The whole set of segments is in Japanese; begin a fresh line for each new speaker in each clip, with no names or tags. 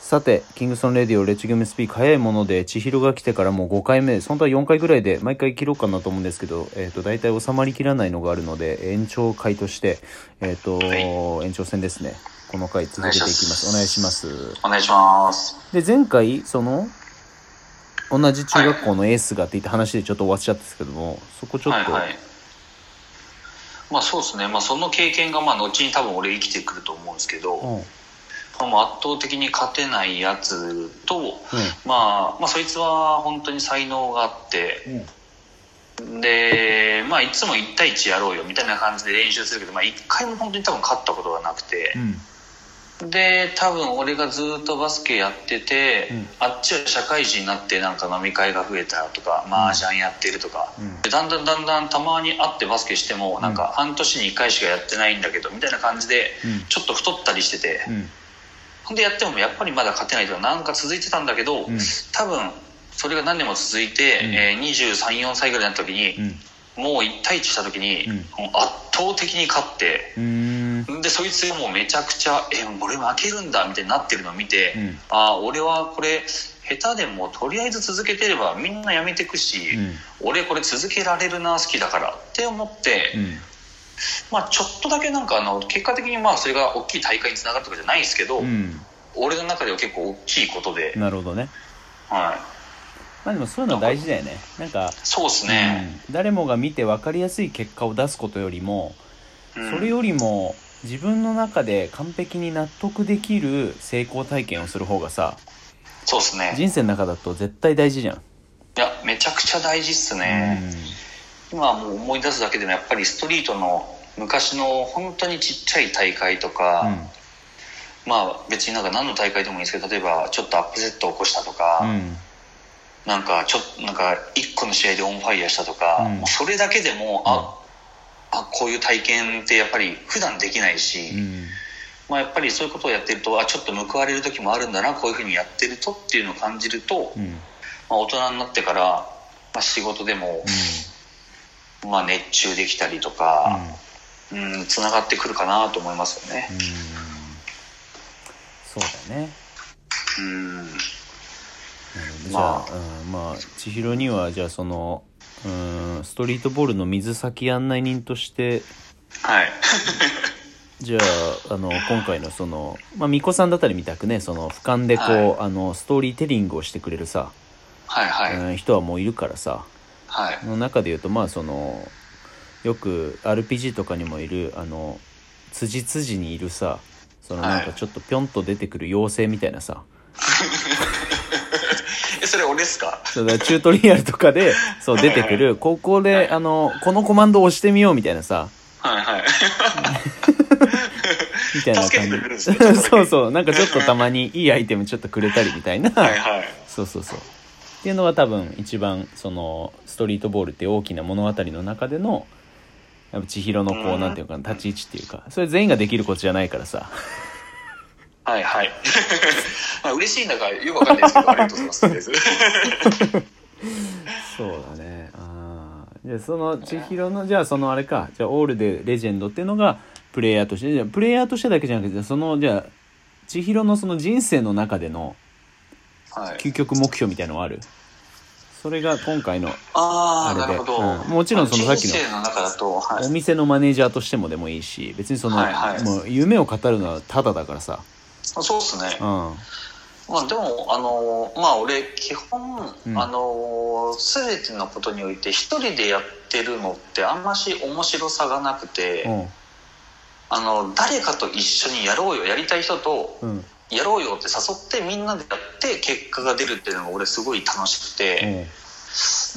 さて、キングソンレディオ、レッチグムスピーク、早いもので、千尋が来てからもう5回目です、本当は4回ぐらいで、毎回切ろうかなと思うんですけど、えっ、と、大体収まりきらないのがあるので、延長回として、えっ、と、延長戦ですね。この回続けていきます。お願
お願
い
い
し
し
ま。
ますお願いします。
で、前回、その、同じ中学校のエースがって言った話でちょっと終わっちゃったんですけども、そこちょっと、
はいはい。まあそうですね。まあその経験がまあ後に多分俺生きてくると思うんですけど、
うん、うん、
まあ圧倒的に勝てないやつと、まあ、まあそいつは本当に才能があって、
うん
で、まあいつも1対1やろうよみたいな感じで練習するけど、まあ1回も本当に多分勝ったことがなくて、
うん、
で、多分俺がずっとバスケやってて、
うん
あっちは社会人になってなんか飲み会が増えたとか、マージャンやってるとか、
うん
でだんだんだんだんたまに会ってバスケしてもなんか半年に1回しかやってないんだけどみたいな感じで
うん
ちょっと太ったりしてて
うん、
ほんでやってもやっぱりまだ勝てないとかなんか続いてたんだけど
うん
多分それが何年も続いて、
うん
え234歳ぐらいになった時に
うん、
もう1対1した時に
うん
もう圧倒的に勝って
うん、
でそいつがもうめちゃくちゃ「え俺負けるんだ」みたいになってるのを見て、
うん、
ああ俺はこれ下手でもとりあえず続けてればみんなやめてくし。
うん、
俺これ続けられるな好きだからって思って、
うん、
まあちょっとだけなんかあの結果的にまあそれが大きい大会につながるとかじゃないんですけど、
うん、
俺の中では結構大きいことで、
なるほどね。
はい、
まあでもそういうのは大事だよね。なんか、
そうですね、
うん誰もが見て分かりやすい結果を出すことよりも、
うん
それよりも自分の中で完璧に納得できる成功体験をする方がさ、
そうですね
人生の中だと絶対大事じゃん。
いやめちゃくちゃ大事っすね、今はもう思い出すだけでもやっぱりストリートの昔の本当にちっちゃい大会と
うん。
か、まあ別になんか何の大会でもいいんですけど例えばちょっとアップセットを起こしたとか、
うん。
なんかちょっとなんか1個の試合でオンファイヤーしたとか、
うん
もうそれだけでもあ,、あこういう体験ってやっぱり普段できないし、
うん。
まあ、やっぱりそういうことをやってるとあちょっと報われる時もあるんだなこういうふうにやってるとっていうのを感じると、
うん。
まあ、大人になってから、まあ、仕事でも、まあ、熱中できたりとかつな、うん繋がってくるかなと思いますよね。
うん。そうだね。
うん
うんじゃあ
ま、
うん、まあ千尋にはじゃあその、うん、ストリートボールの水先案内人として
はい、
じゃああの今回のその、まあ、巫女さんだったりみたくねその俯瞰でこう、
はい
あのストーリーテリングをしてくれるさ、
はいはい、
うん、人はもういるからさ
はい
の中で言うとまあそのよく RPG とかにもいるあの辻辻にいるさそのなん
は
か
い
ちょっとぴょんと出てくる妖精みたいなさ、
えそれ俺っすか
そうだからチュートリアルとかで、そう出てくる、ここで、あの、このコマンドを押してみようみたいなさ、
はいはい
みたいな
助け
感
てくれるんですね
じ。 そうそう、なんかちょっとたまにいいアイテムちょっとくれたりみたいな。
はいはい
そうそうそう。っていうのが多分一番、その、ストリートボールって大きな物語の中での、やっぱ千尋のこ
う
う、
ん
なんていうかな、立ち位置っていうか、それ全員ができることじゃないからさ。
はいはい。 まあ嬉しいんだからよくわかんないですけど、ありがとうございます。 とりあえず
そうだね。あーじゃあその千尋のじゃあそのあれかじゃあオールでレジェンドっていうのがプレイヤーとしてじゃあプレイヤーとしてだけじゃなくてじゃあそのじゃあ千尋のその人生の中での
はい。
究極目標みたいのはあるそれが今回の
ああ、
あ
な
れで
るほど、
うんもちろんそのさっきの
人生の中だと、はい
お。店のマネージャーとしてもでもいいし別にその、
はいはい
もう夢を語るのはただだからさ
そうですね。
うん
まあでも、あのー、まあ俺、基本、
うん
あのー、すべてのことにおいて一人でやってるのってあんまし面白さがなくて、
うん
あの、誰かと一緒にやろうよ、やりたい人と、
うんうん
やろうよって誘ってみんなでやって結果が出るっていうのが俺すごい楽しくて、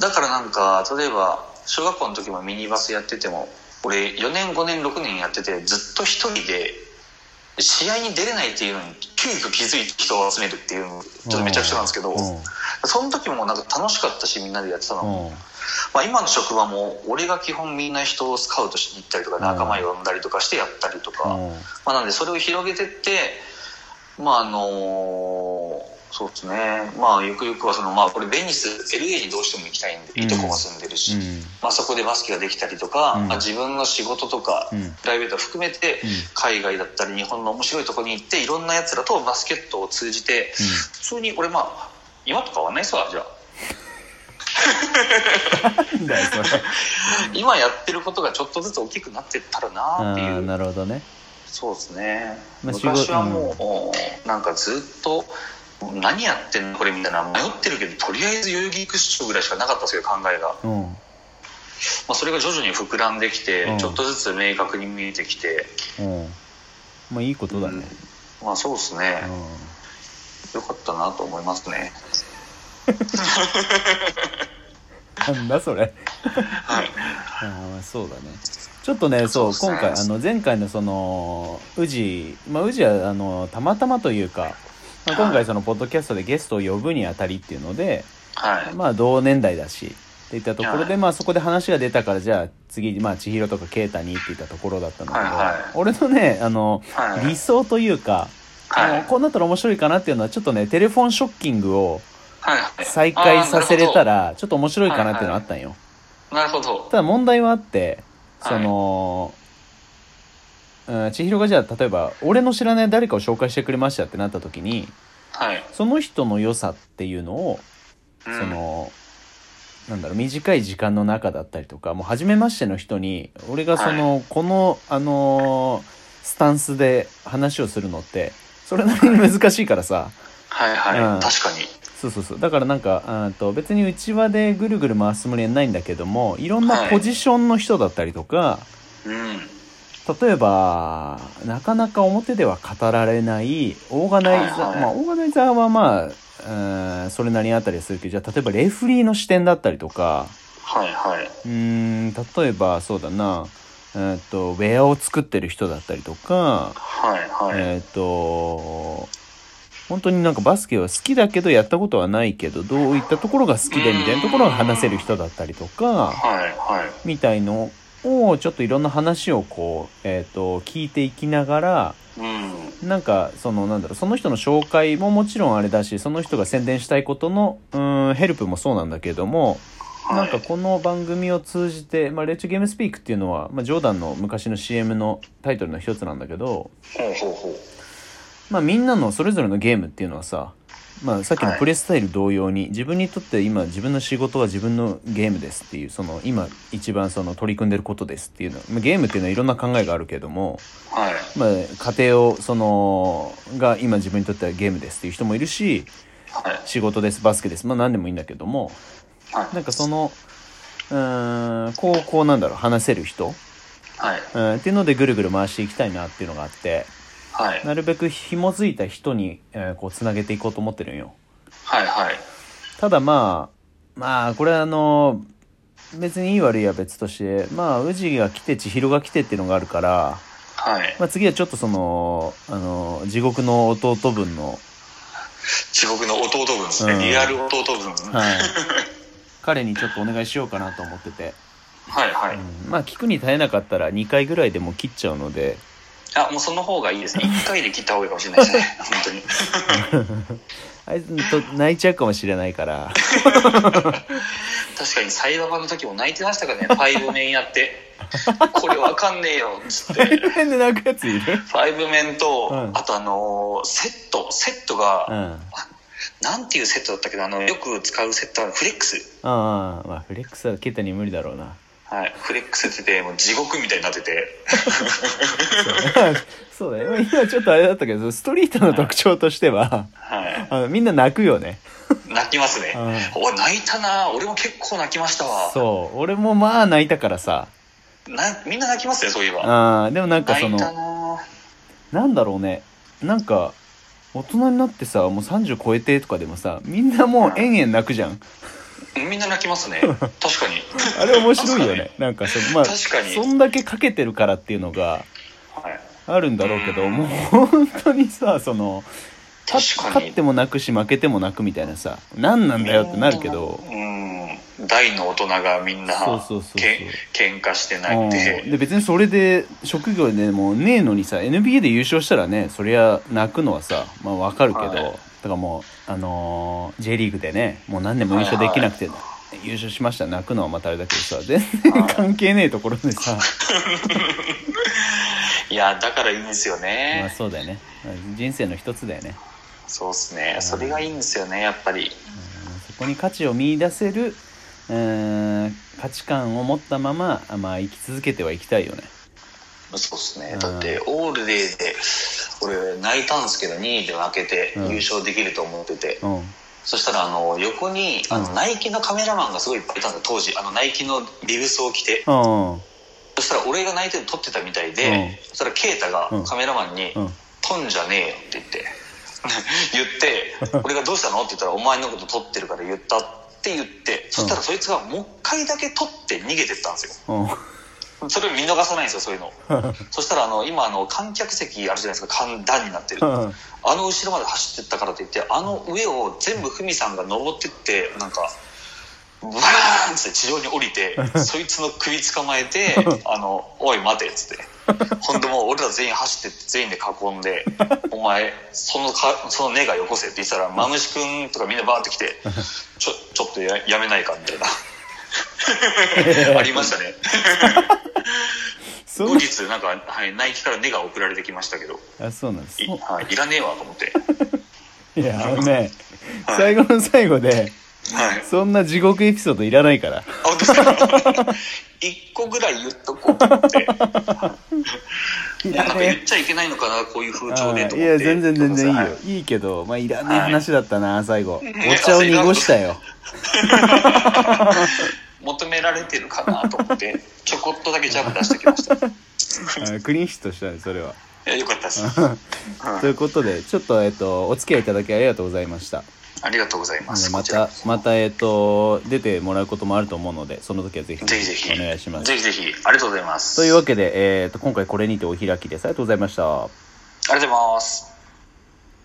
だからなんか例えば小学校の時もミニバスやってても俺4年5年6年やっててずっと一人で試合に出れないっていうのに急遽気づいて人を集めるっていうちょっとめちゃくちゃなんですけど、
うん
その時もなんか楽しかったしみんなでやってた
う
の、
ん
まあ、今の職場も俺が基本みんな人をスカウトしに行ったりとか
ん
仲間呼んだりとかしてやったりとか、
うん
まあ、なんでそれを広げてってまああのーそうですね。まあ、ゆくゆくは、その、まあ、これ、ベニス、LA にどうしても行きたいんで、
うん
いとこが住んでるし、
うん
まあ、そこでバスケができたりとか、
うん
まあ、自分の仕事とか、
うん
プライベートを含めて、
うん
海外だったり、日本の面白いとこに行って、いろんな奴らとバスケットを通じて、普通に、俺、まあ、今とかはないっすわ、じゃあ。
なんだよそれ
今やってることがちょっとずつ大きくなってったらな
あ
ってい
あ
う。
なるほどね
そうですね。
まあ
昔はもう、なんかずっと、何やってんのこれみたいな迷ってるけどとりあえず代々木クッションぐらいしかなかったんですけど考えが、ま
うんうん
あ、それが徐々に膨らんできて、
うん
ちょっとずつ明確に見えてきて
まあいいことだね
まあそうですね、よかったなと思いますね
うんなんだそれ
はい
ああまあそうだねちょっとねそう
そう
今
です
回
ね
あの前回のその宇治まあ宇治はあのたまたまというか、まあ今回そのポッドキャストでゲストを呼ぶにあたりっていうので
は い
まあ同年代だしっていったところ
は
でまあそこで話が出たからじゃあ次まあ千尋とか啓太にっていったところだったんだけど、
はいはい
俺のねあの
はい
理想というか、
はい
あのこうなったら面白いかなっていうのはちょっとねテレフォンショッキングを
はいはい
再開させれた
ら
らちょっと面白いかなっていうのあったんよ、
なるほど
ただ問題はあって
はい
その、うん、千尋がじゃあ例えば俺の知らない誰かを紹介してくれましたってなった時に
はい
その人の良さっていうのを、
うん
そのなんだろう短い時間の中だったりとかもう初めましての人に俺がその、このあのースタンスで話をするのってそれなりに難しいからさ
はいはい、
うん
確かに
そうそうそうだからなんかあーと別にうちわでぐるぐる回すつもりはないんだけどもいろんなポジションの人だったりとか、
うん
例えばなかなか表では語られないオーガナイザー、
はいはい
まあオーガナイザーはまあうーんそれなりにあったりはするけどじゃあ例えばレフリーの視点だったりとか
はいはいう
ーん例えばそうだなえーっとウェアを作ってる人だったりとか、
はいはい、
えーっと本当になんかバスケは好きだけどやったことはないけどどういったところが好きでみたいなところが話せる人だったりとか。
はいはい
みたいのをちょっといろんな話をこう、えっと聞いていきながら
うん
なんかそのなんだろうその人の紹介ももちろんあれだしその人が宣伝したいことのうーんヘルプもそうなんだけども、
はい
なんかこの番組を通じて「まあ、レッチゲームスピーク」っていうのは、まあ、ジョーダンの昔の CM のタイトルの一つなんだけど、
ほうほうほう
まあ、みんなのそれぞれのゲームっていうのはさまあ、さっきの
はい
プレイスタイル同様に、自分にとって今自分の仕事は自分のゲームですっていうその今一番その取り組んでることですっていうのまあゲームっていうのはいろんな考えがあるけども、
はい
まあ、家庭をそのが今自分にとってはゲームですっていう人もいるし
はい
仕事ですバスケですまあ何でもいいんだけども
はい
なんかそのうーんこうこうなんだろう話せる人、
はい
うん、っていうのでぐるぐる回していきたいなっていうのがあって
はい
なるべく紐づいた人に、えーこうつなげていこうと思ってるんよ。
はいはい
ただまあまあこれはあの別にいい悪いは別としてまあ宇治が来て千尋が来てっていうのがあるから、
はい
まあ、次はちょっとそのあの地獄の弟分の、
地獄の弟分ですね、
うん
リアル弟分、はい、
はい、彼にちょっとお願いしようかなと思ってて、
はいはい
うんまあ聞くに耐えなかったら2回ぐらいでもう切っちゃうので
あもうその方がいいですね1回で切った方がいいかもしれな いですね本当に
あいつと泣いちゃうかもしれないから
確かにサイババの時も泣いてましたからね5面やってこれわかんねえよっつって
ごめんで泣くやついる
5面と、
うん
あとあのーセットセット
うん
が、
あ
なんていうセットだったけどあのよく使うセットはフレックス
あまあフレックスはケタに無理だろうな
はいフレックスって言ってもう地獄みたいになってて
そう だね。今ちょっとあれだったけど、ストリートの特徴としては、
はい
あのみんな泣くよね。
泣きますね
う
おい泣いたな俺も結構泣きましたわ
そう。俺もまあ泣いたからさ。
なみんな泣きますねそういえば
あーでもなんかその
泣い、たな
なんだろうね。なんか、大人になってさ、もう30超えてとかでもさ、みんなもう延々泣くじゃん。
みんな泣きますね確かに
あれ面白いよね。なんかその、まあ、
確かに
そんだけかけてるからっていうのが
はい
あるんだろうけど、もう本当にさ、その、勝
確か
勝っ
に
ても泣くし負けても泣くみたいなさ、何なんだよってなるけど。
うん大の大人がみんな
そうそうそうそう
けん喧嘩して泣い
うん
て
で別にそれで職業でもうねえのにさ NBA で優勝したらねそりゃ泣くのはさまあわかるけど、
はい
だからもう、あのー J リーグでねもう何年も優勝できなくて、
はい
優勝しました泣くのはまたあれだけどさ全然
はい
関係ねえところでさ、
いやだからいいんですよね、
まあそうだよね人生の一つだよね、
そうですねそれがいいんですよねやっぱり
うんそこに価値を見出せる、うん価値観を持ったまま、まあ、生き続けてはいきたいよね
そうです
う
ね
ん
だってオールデーで俺泣いたんですけど2位で負けて
うん
優勝できると思ってて、
うん
そしたらあの横にあ
う
の
ん
ナイキのカメラマンがすごいいっぱいいたんで当時あのナイキのビブスを着て
うんうん
そしたら俺が泣いてるの撮ってたみたいで、そしたら啓太が
うん
カメラマンに
うん
「撮んじゃねえよ」って言って 言って俺が「どうしたの?」って言ったら「お前のこと撮ってるから言った」って言ってそしたらそいつがもう一回だけ撮って逃げてったんですよ
うん
それを見逃さないんですよそういうのそしたらあの今あの観客席あるじゃないですか段段になって
う
る
ん
あの後ろまで走ってったからといってあの上を全部ふみさんが登ってってなんかブワーンって地上に降りてそいつの首捕まえて「あのおい待て」っつってほんでもう俺ら全員走ってって全員で囲んで「お前そのかその根がよこせ」って言ったらマムシ君とかみんなバーって来て「ちょちょっとややめないか」みたいなありましたね
そ
後
う
日なんか、はい、ナイキから根が送られてきましたけど
あそうなんです
い,、
そ
はい、いらねえわと思って、
ういやあのね
はい
最後の最後で
はい、
そんな地獄エピソードいらないから
あ、本当ですか 一個ぐらい言っとこうと思って。
い
なん
ら
か
ね
言
え
っちゃいけないのかな、こういう風潮でと思っ
あ
て。
いや全然全然いい
は
よいいけどまあいらねえ話だったな最後
い
お茶を濁したよ
求められてるかなと思って、ちょこっとだけジャブ出してきました。 い
あクリーンヒットしたねそれは
や、よかったです。 は
と
い
いうことでちょっとえっとお付き合いいただきありがとうございました
ありがとうございます。
ま
こちら
たまたえっと出てもらうこともあると思うのでその時はぜひ
ぜひぜひ。
お願いします
ぜひぜひ。ありがとうございます。
というわ
け
けで、えっと今回これにてお開きですありがとうございました
ありがとうございます。